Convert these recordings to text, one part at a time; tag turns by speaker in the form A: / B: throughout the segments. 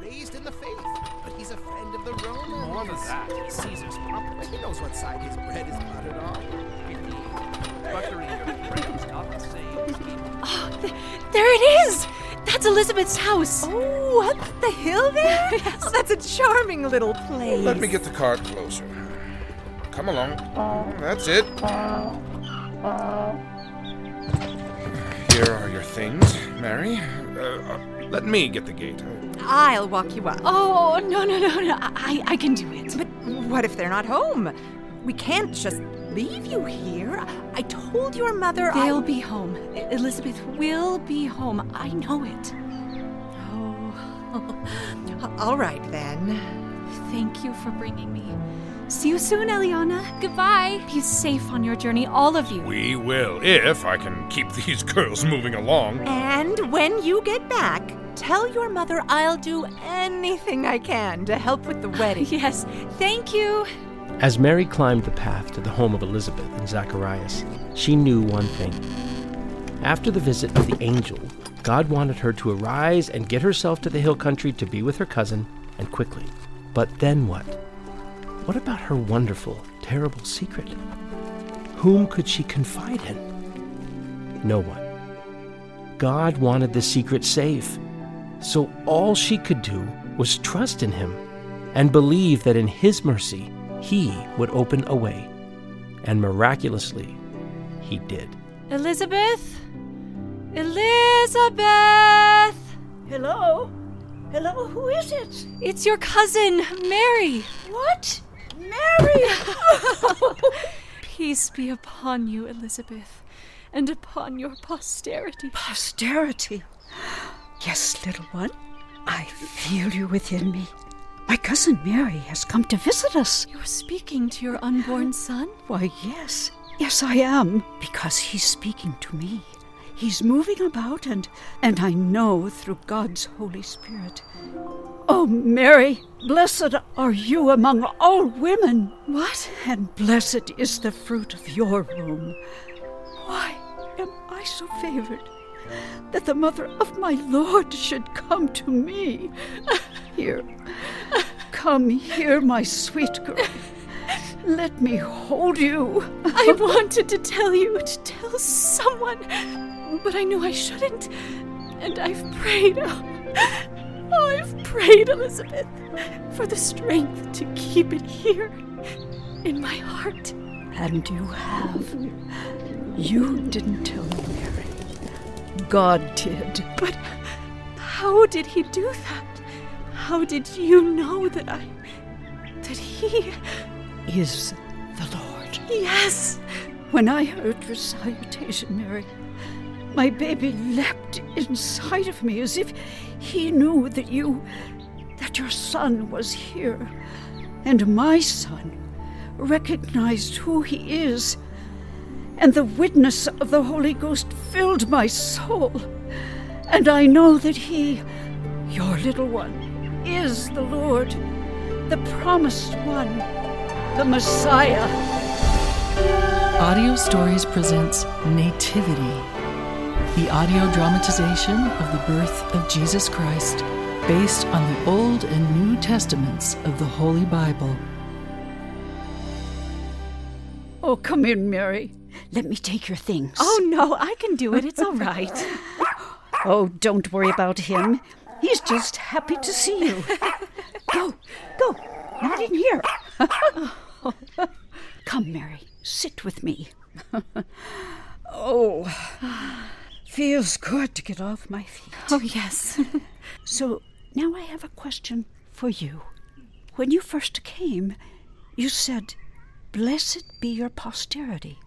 A: raised in the faith, but he's a friend of the Romans.
B: What is that?
A: He's Caesar's papa. He knows what side his bread is buttered on.
B: Buttering your bread is not the same.
C: There it is! That's Elizabeth's house.
D: Oh, up the hill there? Oh, that's a charming little place.
E: Let me get the cart closer. Come along. That's it. Here are your things, Mary. Uh, uh, let me get the gate.
D: I'll walk you up.
C: Oh, no, no, no, no. I, I can do it.
D: But what if they're not home? We can't just leave you here. I told your mother
C: They'll
D: I'll...
C: be home. E- Elizabeth will be home. I know it. Oh,
D: All right then.
C: thank you for bringing me. See you soon, Eliana. Goodbye. Be safe on your journey, all of you.
E: We will, if I can keep these girls moving along.
D: And when you get back, tell your mother I'll do anything I can to help with the wedding.
C: Yes, thank you.
F: As Mary climbed the path to the home of Elizabeth and Zacharias, she knew one thing. After the visit of the angel, God wanted her to arise and get herself to the hill country to be with her cousin, and quickly. But then what? What about her wonderful, terrible secret? Whom could she confide in? No one. God wanted the secret safe, so all she could do was trust in Him and believe that in His mercy, He would open a way. And miraculously, He did.
C: Elizabeth? Elizabeth!
G: Hello? Hello, who is it?
C: It's your cousin, Mary.
G: What? Mary!
C: Peace be upon you, Elizabeth, and upon your posterity.
G: Posterity. Yes, little one. I feel you within me. My cousin Mary has come to visit us.
C: You're speaking to your unborn son?
G: Why, yes. Yes, I am. Because he's speaking to me. He's moving about, and, and I know through God's Holy Spirit. Oh, Mary, blessed are you among all women. What? And blessed is the fruit of your womb. Why am I so favored that the mother of my Lord should come to me? Here, come here, my sweet girl. Let me hold you.
C: I wanted to tell you, to tell someone, but I knew I shouldn't. And I've prayed. Oh, I've prayed, Elizabeth, for the strength to keep it here in my heart.
G: And you have. You didn't tell me, Mary. God did.
C: But how did he do that? How did you know that I. that he.
G: Is the Lord.
C: Yes!
G: When I heard your salutation, Mary, my baby leapt inside of me as if he knew that you, that your son was here. And my son recognized who he is. And the witness of the Holy Ghost filled my soul. And I know that he, your little one, is the Lord, the promised one, the Messiah.
H: Audio Stories presents Nativity, the audio dramatization of the birth of Jesus Christ, based on the Old and New Testaments of the Holy Bible.
G: Oh, come in, Mary. Let me take your things.
C: Oh no, I can do it. It's all right.
G: Oh, don't worry about him. He's just happy to see you. go, go. Not in here. Come, Mary. Sit with me. oh, feels good to get off my feet.
C: oh, yes.
G: So now I have a question for you. When you first came, you said, Blessed be your posterity.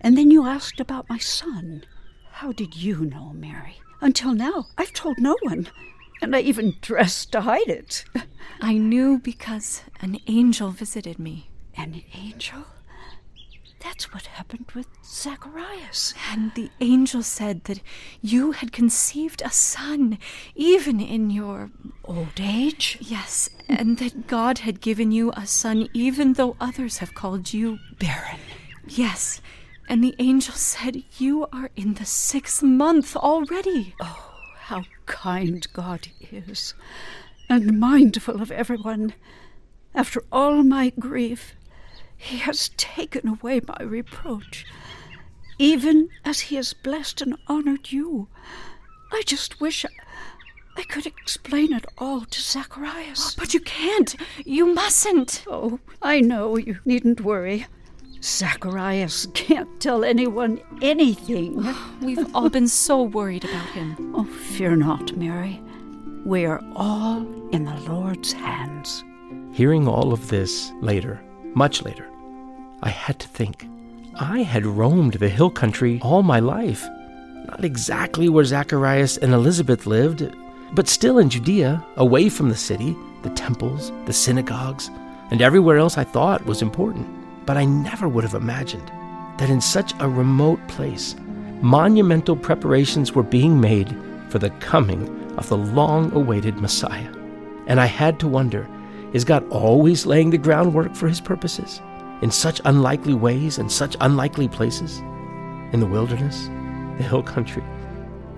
G: And then you asked about my son. How did you know, Mary? Until now, I've told no one. And I even dressed to hide it.
C: I knew because an angel visited me,
G: An angel? That's what happened with Zacharias.
C: and the angel said that you had conceived a son, even in your.
G: Old age?
C: Yes, and that God had given you a son, even though others have called you.
G: Barren.
C: Yes, and the angel said, You are in the sixth month already.
G: How kind God is. and mindful of everyone. After all my grief, he has taken away my reproach, even as he has blessed and honored you. I just wish I, I could explain it all to Zacharias.
I: But you can't. You mustn't.
G: Oh, I know, you needn't worry. Zacharias can't tell anyone anything.
I: We've all been so worried about him.
G: Oh, fear not, Mary. We are all in the Lord's hands.
F: Hearing all of this later, much later, I had to think. I had roamed the hill country all my life. Not exactly where Zacharias and Elizabeth lived, but still in Judea, away from the city, the temples, the synagogues, and everywhere else I thought was important. But I never would have imagined that in such a remote place, monumental preparations were being made for the coming of the long awaited Messiah. And I had to wonder is God always laying the groundwork for his purposes in such unlikely ways and such unlikely places? In the wilderness, the hill country,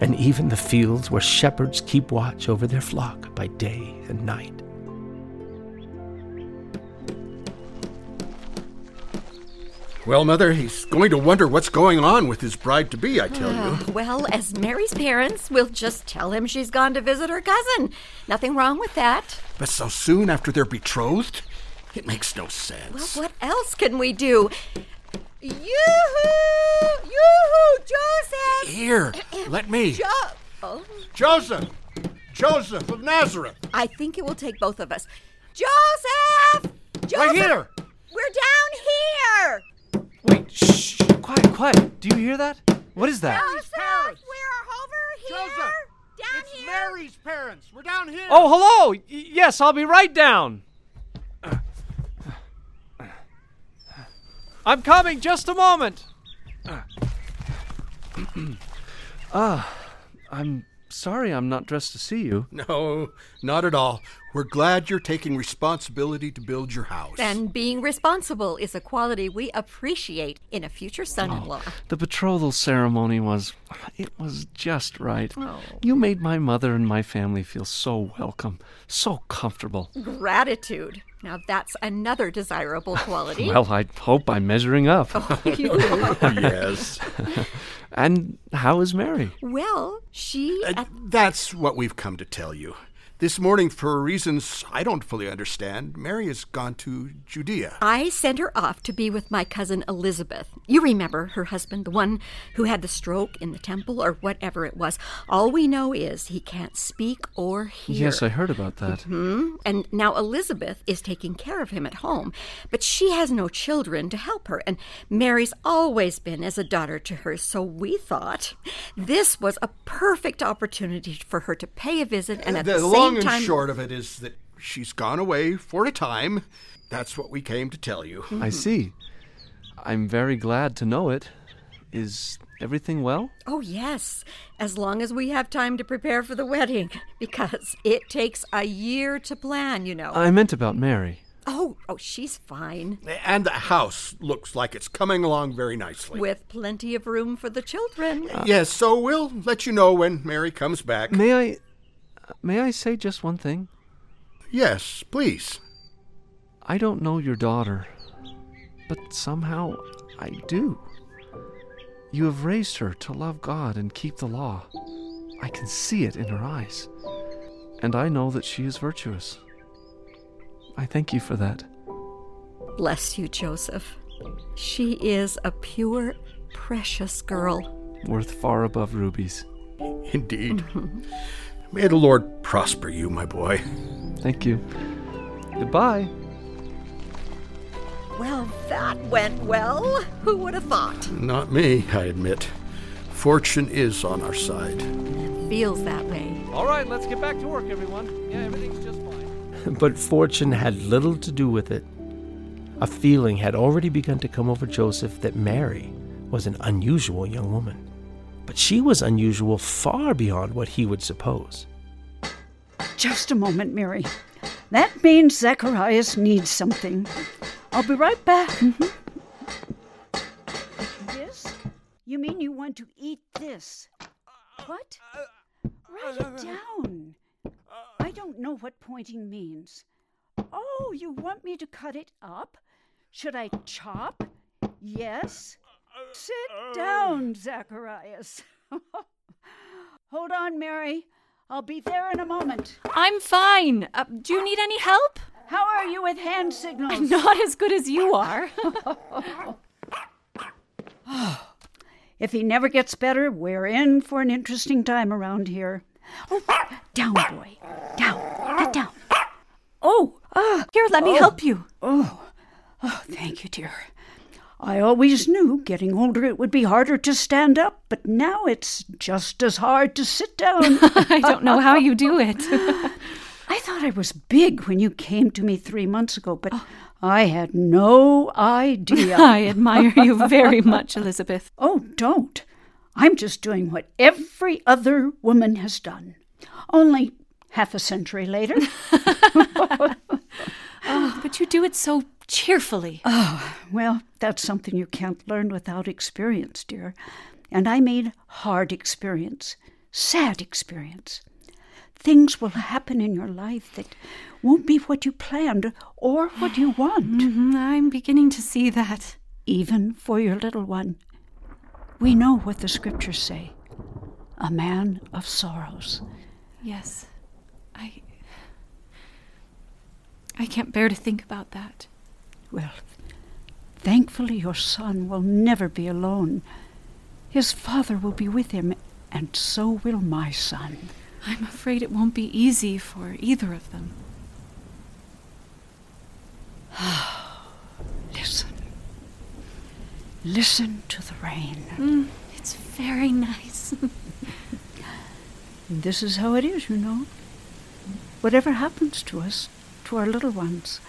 F: and even the fields where shepherds keep watch over their flock by day and night.
B: Well, Mother, he's going to wonder what's going on with his bride to be, I tell you.
J: Well, as Mary's parents, we'll just tell him she's gone to visit her cousin. Nothing wrong with that.
B: But so soon after they're betrothed? It makes no
J: Well,
B: sense.
J: what else can we do? Yoo-hoo! Yoo-hoo, Joseph!
B: Here, let me.
J: Jo- oh,
B: Joseph! Joseph of Nazareth!
J: I think it will take both of us. Joseph! Joseph!
B: Right here!
J: We're down here!
K: Wait, shh, quiet, quiet. Do you hear that? What is that?
J: Joseph,
B: parents.
J: we're over here!
B: Joseph,
J: Down
B: It's
J: here!
B: Mary's parents! We're down here!
K: Oh, hello. Y- yes, I'll be right down. I'm coming. Just a moment. Ah, I'm sorry I'm not dressed to see you.
B: No, not at all. We're glad you're taking responsibility to build your house.
J: And being responsible is a quality we appreciate in a future son in law.
B: Oh.
K: The betrothal ceremony was. It was just right. You made my mother and my family feel so welcome, so comfortable.
J: Gratitude. Now that's another desirable quality.
K: Well, I hope I'm measuring up.
B: yes.
K: And how is Mary?
J: well, she.
B: Uh,
J: at-
B: that's what we've come to tell you. This morning, for reasons I don't fully understand, Mary has gone to Judea.
J: I sent her off to be with my cousin Elizabeth. You remember her husband, the one who had the stroke in the temple or whatever it was. All we know is he can't speak or hear.
K: Yes, I heard about that.
J: And now Elizabeth is taking care of him at home, but she has no children to help her, and Mary's always been as a daughter to her, so we thought this was a perfect opportunity for her to pay a visit and at the,
B: the
J: same
B: long
J: time
B: and short of it is that she's gone away for a time. That's what we came to tell you.
K: I see. I'm very glad to know it. Is everything well?
J: Oh yes, as long as we have time to prepare for the wedding because it takes a year to plan, you know.
K: I meant about Mary.
J: oh, oh, she's fine.
B: And the house looks like it's coming along very nicely.
J: With plenty of room for the children.
B: yes, so we'll let you know when Mary comes back.
K: May I. May I say just one thing?
B: yes, please.
K: I don't know your daughter, but somehow I do. You have raised her to love God and keep the law. I can see it in her eyes. And I know that she is virtuous. I thank you for that.
J: Bless you, Joseph. She is a pure, precious girl.
K: Worth far above rubies.
B: Indeed. May the Lord prosper you, my boy.
K: Thank you. Goodbye.
J: Well, that went well. Who would have thought?
B: Not me, I admit. Fortune is on our side.
J: Feels that way.
K: All right, let's get back to work, everyone. Yeah, everything's just fine.
F: But fortune had little to do with it. A feeling had already begun to come over Joseph that Mary was an unusual young woman. But she was unusual far beyond what he would suppose.
G: Just a moment, Mary. That means Zacharias needs something. I'll be right back. Mm-hmm. This? You mean you want to eat this? What? Write it down. I I don't know what pointing means. Oh, you want me to cut it up? Should I chop? Yes. Sit down, Zacharias. Hold on, Mary. I'll be there in a moment.
I: I'm fine. Uh, do you need any help?
G: How are you with hand signals?
I: I'm not as good as you are.
G: If he never gets better, we're in for an interesting time around here. Oh, down, boy. Down. Get down.
I: Oh, uh, here, let me
G: Oh.
I: help you.
G: Oh, oh, thank you, dear. I always knew getting older it would be harder to stand up, but now it's just as hard to sit down.
I: I don't know how you do it.
G: I thought I was big when you came to me three months ago, but I had no idea.
I: I admire you very much, Elizabeth.
G: Oh, don't. I'm just doing what every other woman has done, only half a century later.
I: Oh, but you do it so cheerfully.
G: Oh, well, that's something you can't learn without experience, dear. And I mean hard experience, sad experience. Things will happen in your life that won't be what you planned or what you want.
C: Mm-hmm.
I: Um, I'm beginning to see that.
G: Even for your little one. We know what the scriptures say a man of sorrows.
I: Yes. I. I can't bear to think about that.
G: Well, thankfully, your son will never be alone. His father will be with him, and so will my son.
I: I'm afraid it won't be easy for either of them.
G: Listen. Listen to the rain.
I: Mm, it's very nice.
G: This is how it is, you know. Whatever happens to us, to our little ones,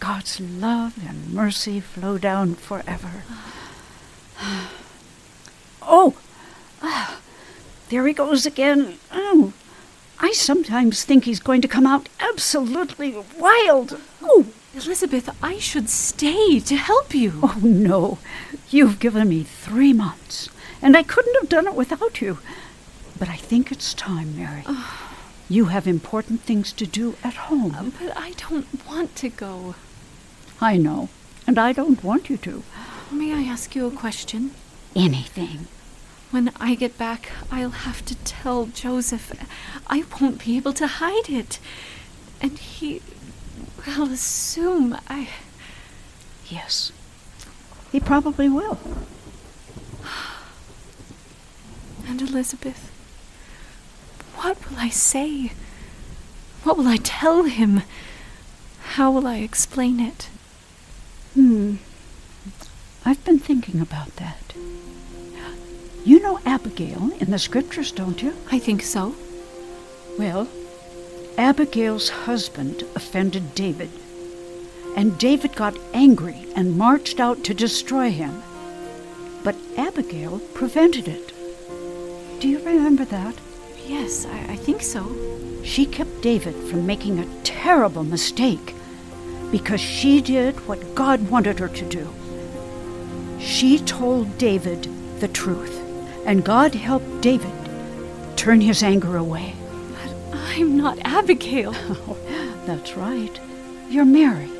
G: God's love and mercy flow down forever. Oh! Ah, there he goes again. Oh! I sometimes think he's going to come out absolutely wild. Oh!
I: Elizabeth, I should stay to help you.
G: Oh, no. You've given me three months, and I couldn't have done it without you. But I think it's time, Mary. You have important things to do at
C: Oh.
G: home.
I: But I don't want to go.
G: I know, and I don't want you to.
I: May I ask you a question?
G: Anything.
I: When I get back, I'll have to tell Joseph. I won't be able to hide it. And he will assume I.
G: Yes. He probably will.
I: And Elizabeth, what will I say? What will I tell him? How will I explain it?
G: Hmm. I've been thinking about that. You know Abigail in the scriptures, don't you?
I: I think so.
G: Well, Abigail's husband offended David, and David got angry and marched out to destroy him. But Abigail prevented it. Do you remember that?
I: Yes, I, I think so.
G: She kept David from making a terrible mistake because she did what God wanted her to do. She told David the truth, and God helped David turn his anger away.
I: But I'm not Abigail.
G: That's right. You're Mary.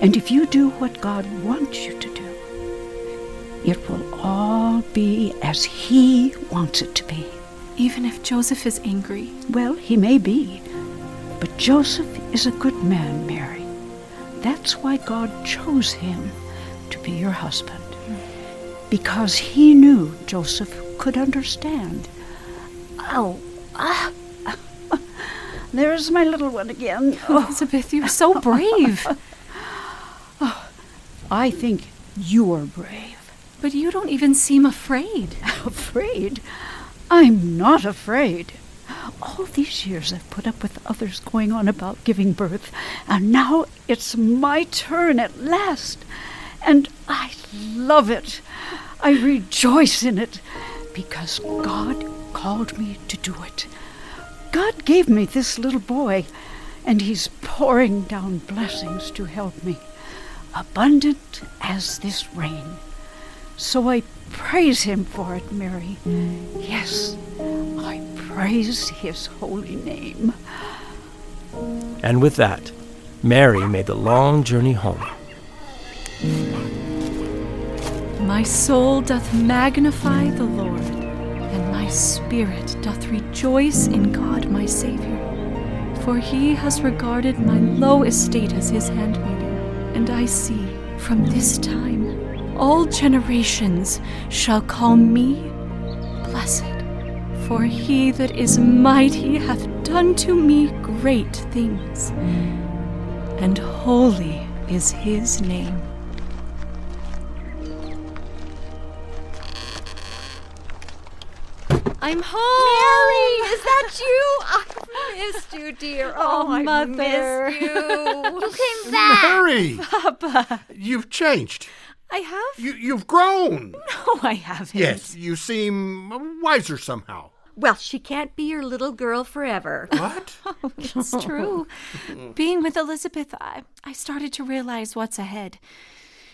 G: And if you do what God wants you to do, it will all be as He wants it to be.
I: Even if Joseph is angry,
G: Well, He may be. But Joseph is a good man, Mary. That's why God chose him to be your husband. Because He knew Joseph could understand. Ow! Ah! There's my little one again.
I: Elizabeth, you're so brave.
G: I think you are brave.
I: But you don't even seem afraid.
G: Afraid? I'm not afraid. All these years I've put up with others going on about giving birth, and now it's my turn at last. And I love it. I rejoice in it because God called me to do it. God gave me this little boy, and He's pouring down blessings to help me, abundant as this rain. So I praise him for it, Mary. Yes, I praise his holy name.
F: And with that, Mary made the long journey home.
C: My soul doth magnify the Lord, and my spirit doth rejoice in God my Savior. For he has regarded my low estate as his handmaiden, and I see from this time all generations shall call me blessed. For he that is mighty hath done to me great things, and holy is his name.
I: I'm home!
J: Mary, is that you? I've missed you, dear. Oh,
I: Oh, Mother.
J: I missed you. you came
B: Mary! Papa! You've changed.
I: I have?
B: You, you've grown.
I: No, I haven't.
B: Yes, you seem wiser somehow.
J: Well, she can't be your little girl forever.
B: What?
I: It's true. Being with Elizabeth, I, I started to realize what's ahead.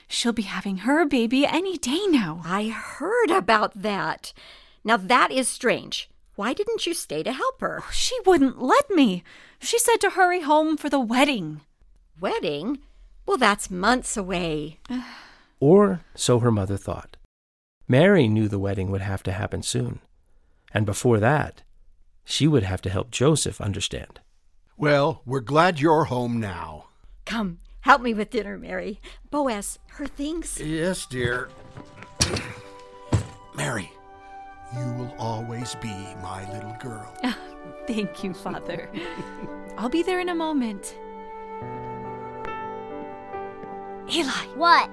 I: She'll be having her baby any day now.
J: I heard about that. Now that is strange. Why didn't you stay to help her?
I: She wouldn't let me. She said to hurry home for the wedding.
J: Wedding? Well, that's months away.
F: Or so her mother thought. Mary knew the wedding would have to happen soon. And before that, she would have to help Joseph understand.
B: Well, we're glad you're home now.
J: Come, help me with dinner, Mary. Boaz, her things.
B: Yes, dear. Mary, you will always be my little girl.
I: Thank you, Father. I'll be there in a moment. Eli,
L: What?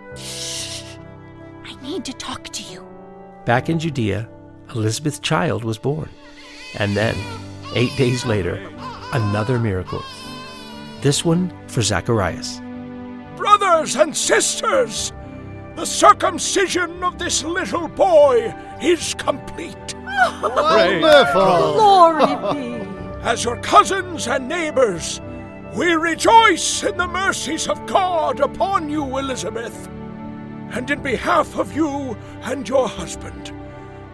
I: I need to talk to you.
F: Back in Judea, Elizabeth's child was born. And then, eight days later, another miracle. This one for Zacharias.
M: Brothers and sisters, the circumcision of this little boy is complete.
N: Oh,
I: Glory be.
N: uh,
M: As your cousins and neighbors, we rejoice in the mercies of God upon you, Elizabeth. And in behalf of you and your husband,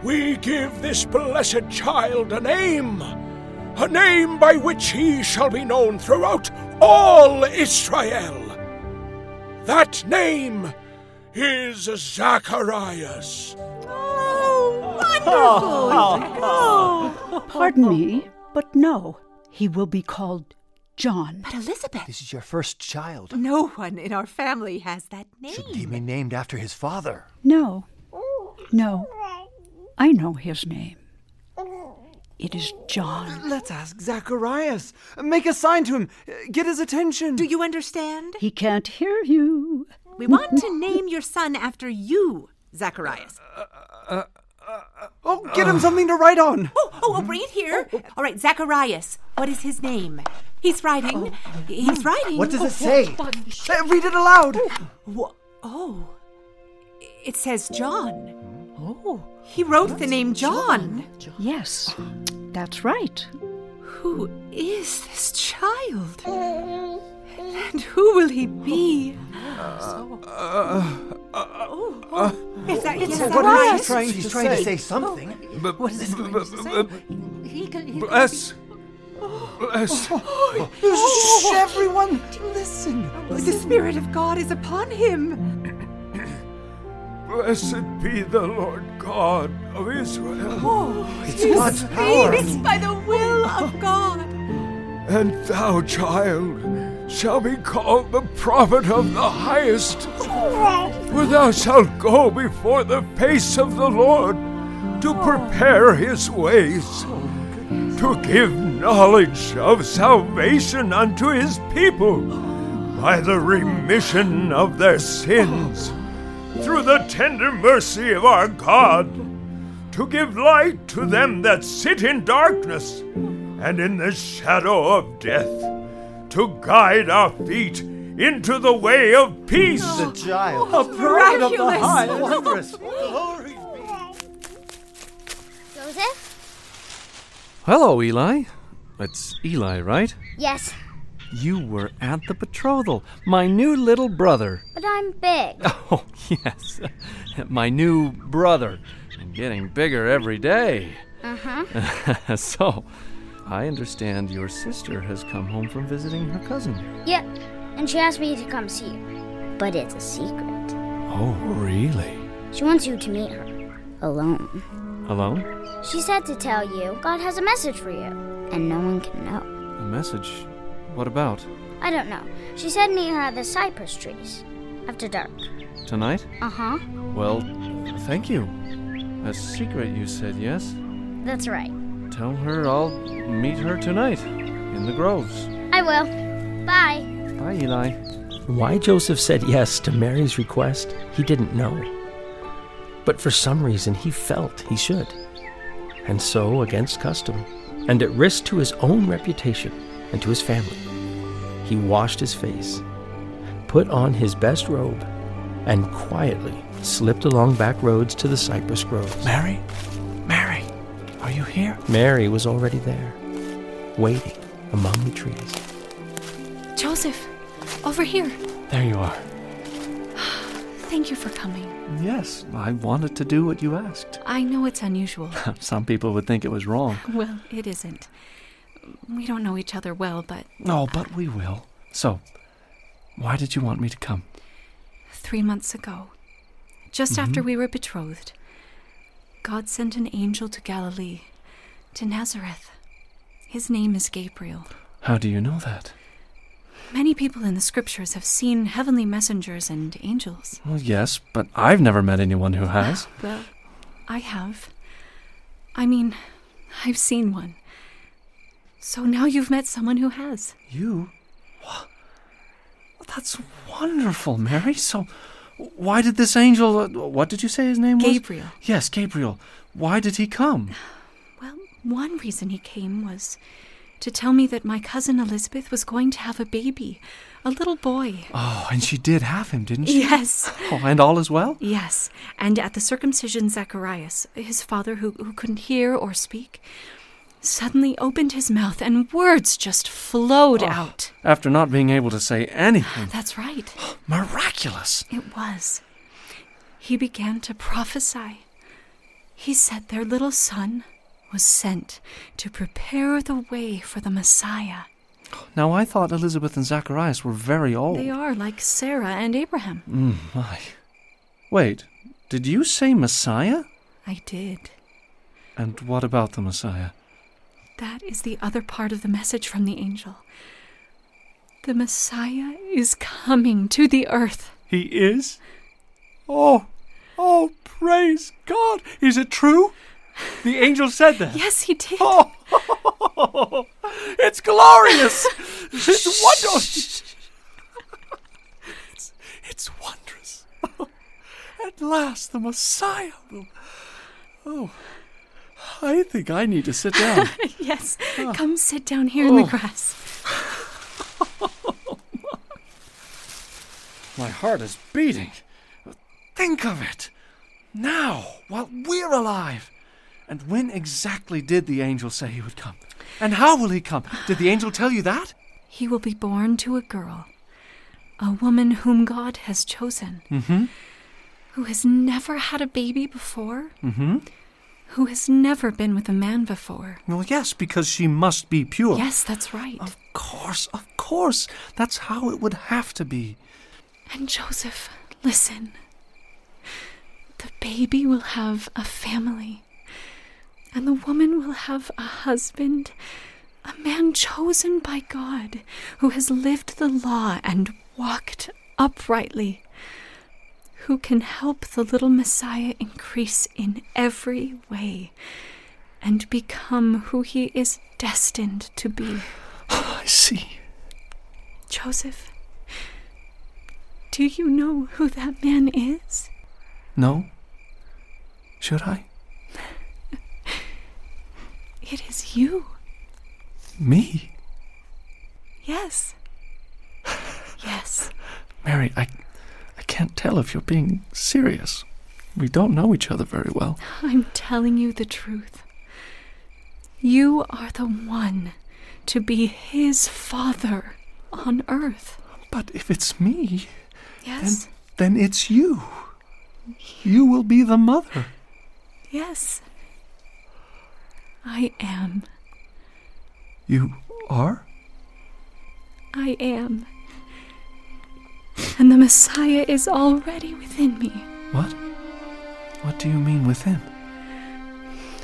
M: we give this blessed child a name, a name by which he shall be known throughout all Israel. That name is Zacharias.
G: Pardon me, but no, he will be called John.
D: But Elizabeth,
N: This is your first child.
D: no one in our family has that name.
N: Should be named after his father.
G: No, no, I know his name. It is John.
N: Let's ask Zacharias. Make a sign to him. Get his attention.
D: Do you understand?
G: He can't hear you.
D: We want to name your son after you, Zacharias.
N: Oh, get him something to write on.
D: Oh, oh, oh, bring it here. All right, Zacharias. What is his name? He's writing. He's writing.
N: What does it say? Uh, Oh, read it aloud.
D: Wha- Oh, it says John. Oh, he wrote the name John.
G: Yes, that's right.
D: Who is this child? And who will he be? oh, oh. Is that
N: What
D: is
N: is
D: that
N: he
D: right?
N: trying
M: to
N: He's trying to
M: say?
N: say something. What is he going to say?
M: Bless. Bless.
N: Shh, everyone, listen.
D: The Spirit of God is upon him.
M: Blessed be the Lord God of Israel,
D: Oh,
N: It's
D: he's
N: God's power.
D: It's by the will
C: Oh.
D: of God.
M: and thou, child, shall be called the prophet of the highest. For thou shalt go before the face of the Lord to prepare his ways, to give knowledge of salvation unto his people by the remission of their sins, through the tender mercy of our God, to give light to them that sit in darkness and in the shadow of death, to guide our feet into the way of peace.
N: The child.
D: Oh, miraculous.
N: Wondrous.
L: Joseph?
K: Hello, Eli. It's Eli, right?
L: Yes,
K: You were at the betrothal. My new little brother.
L: but I'm big.
K: Oh, yes. My new
L: Uh-huh.
K: brother. I'm getting bigger every day.
L: Uh huh.
K: so, I understand your sister has come home from visiting her cousin.
L: Yep, and she asked me to come see her. But it's a secret.
K: Oh, really?
L: She wants you to meet her. Alone.
K: Alone?
L: She said to tell you God has a message for you, and no one can know.
K: A message? What about?
L: I don't know. She said meet her at the cypress trees after dark.
K: Tonight?
L: Uh huh.
K: Well, thank you. A secret, you said, yes?
L: That's right.
K: Tell her I'll meet her tonight in the groves.
L: I will. Bye.
K: Bye, Eli.
F: Why Joseph said yes to Mary's request, he didn't know. But for some reason, he felt he should. And so, against custom, and at risk to his own reputation and to his family, he washed his face, put on his best robe, and quietly slipped along back roads to the cypress groves.
O: Mary? Mary, are you here?
F: Mary was already there, waiting among the trees.
C: Joseph, over here.
F: There you are.
C: Thank you for coming.
K: Yes, I wanted to do what you asked.
C: I know it's unusual.
K: Some people would think it was wrong.
C: well, it isn't. We don't know each other well, but
K: No, but we will. So, why did you want me to come?
C: three months ago, just after
K: Mhm.
C: we were betrothed, God sent an angel to Galilee, to Nazareth. His name is Gabriel.
K: How do you know that?
C: Many people in the scriptures have seen heavenly messengers and angels.
K: Well, yes, but I've never met anyone who has.
C: Well, I have. I mean, I've seen one. So now you've met someone who has.
K: You? Wha- That's wonderful, Mary. So, why did this angel. uh, What did you say his name was?
C: Gabriel.
K: Yes, Gabriel. Why did he come?
C: One reason he came was to tell me that my cousin Elizabeth was going to have a baby, a little boy.
K: Oh, and she did have him, didn't she?
C: Yes.
K: Oh, and all is well?
C: Yes, and at the circumcision, Zacharias, his father who, who couldn't hear or speak, suddenly opened his mouth and words just flowed out.
K: After not being able to say anything.
C: That's right.
K: Miraculous.
C: It was. He began to prophesy. He said their little son was sent to prepare the way for the Messiah.
K: Now, I thought Elizabeth and Zacharias were very old.
C: They are like Sarah and Abraham.
K: Oh. Mm, my. Wait, did you say Messiah?
C: I did.
K: And what about the Messiah?
C: That is the other part of the message from the angel. The Messiah is coming to the earth.
O: He is? Oh, oh, praise God. Is it true? The angel said that. Oh,
C: Yes, he did.
K: Oh.
O: It's glorious. it's wondrous. it's, it's wondrous. At last, the Messiah will. Oh,
K: I think I need to sit down.
C: yes, come sit down here in the
K: Oh.
C: grass.
K: My heart is beating. Think of it. Now, while we're alive. And when exactly did the angel say he would come? And how will he come? Did the angel tell you that?
C: He will be born to a girl, a woman whom God has chosen,
K: Mm hmm.
C: who has never had a baby before,
K: Mm hmm.
C: who has never been with a man before.
K: Well, yes, because she must be pure.
C: Yes, that's right. Of
K: course, Oh. of course. That's how it would have to be.
C: And Joseph, listen. The baby will have a family, and the woman will have a husband, a man chosen by God who has lived the law and walked uprightly, who can help the little Messiah increase in every way and become who he is destined to be.
K: I see.
C: Joseph, do you know who that man is?
K: No? Should I?
C: It is you.
K: Me?
C: Yes. Yes.
K: Mary, I, I can't tell if you're being serious. We don't know each other very well.
C: I'm telling you the truth. You are the one to be his father on earth.
K: But if it's me,
C: Yes.
K: then it's you. You will be the mother.
C: Yes. I am.
M: You are?
C: I am. And the Messiah is already within me.
K: What? What do you mean within?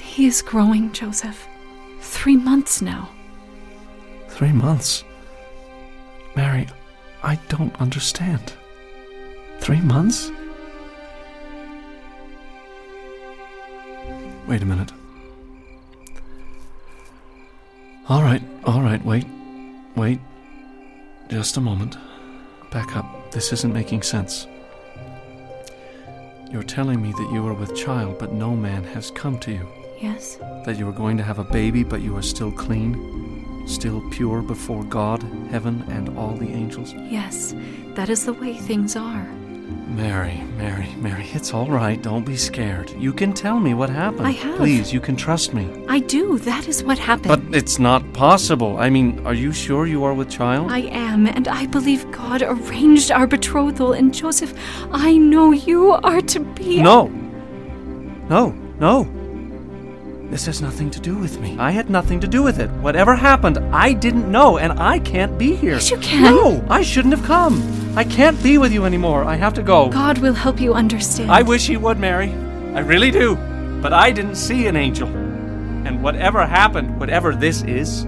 C: He is growing, Joseph. Three months now.
K: Three months. Mary, I don't understand. Three months? Wait a minute. All right, all right, wait. Wait. Just a moment. Back up. This isn't making sense. You're telling me that you are with child, but no man has come to you.
C: Yes?
K: That you are going to have a baby, but you are still clean, still pure before God, heaven, and all the angels?
C: Yes. That is the way things are.
K: Mary, Mary, Mary, it's all right. Don't be scared. You can tell me what happened.
C: I have.
K: Please, you can trust me.
C: I do. That is what happened.
K: But it's not possible. I mean, are you sure you are with child?
C: I am, and I believe God arranged our betrothal. And Joseph, I know you are to be.
K: No. No, no. This has nothing to do with me. I had nothing to do with it. Whatever happened, I didn't know, and I can't be here.
C: Yes, you can.
K: No, I shouldn't have come. I can't be with you anymore. I have to go.
C: God will help you understand.
K: I wish he would, Mary. I really do. But I didn't see an angel. And whatever happened, whatever this is,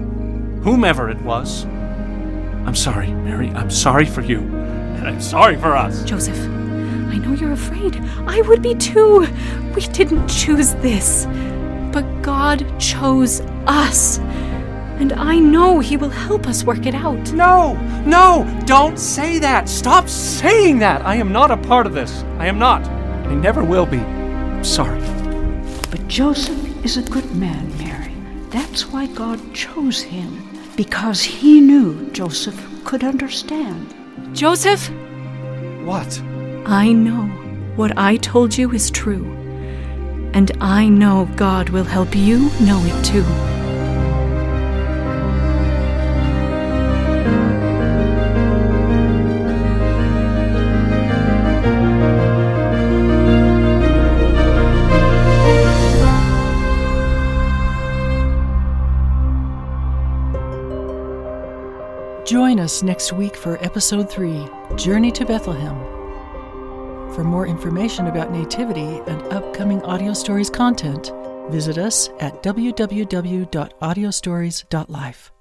K: whomever it was, I'm sorry, Mary. I'm sorry for you. And I'm sorry for us.
C: Joseph, I know you're afraid. I would be too. We didn't choose this. But God chose us. And I know He will help us work it out.
K: No! No! Don't say that! Stop saying that! I am not a part of this. I am not. I never will be. I'm sorry.
G: But Joseph is a good man, Mary. That's why God chose him, because he knew Joseph could understand.
C: Joseph?
K: What?
C: I know what I told you is true. And I know God will help you know it too.
H: Join us next week for episode 3 Journey to Bethlehem. For more information about Nativity and upcoming Audio Stories content, visit us at www.audiostories.life.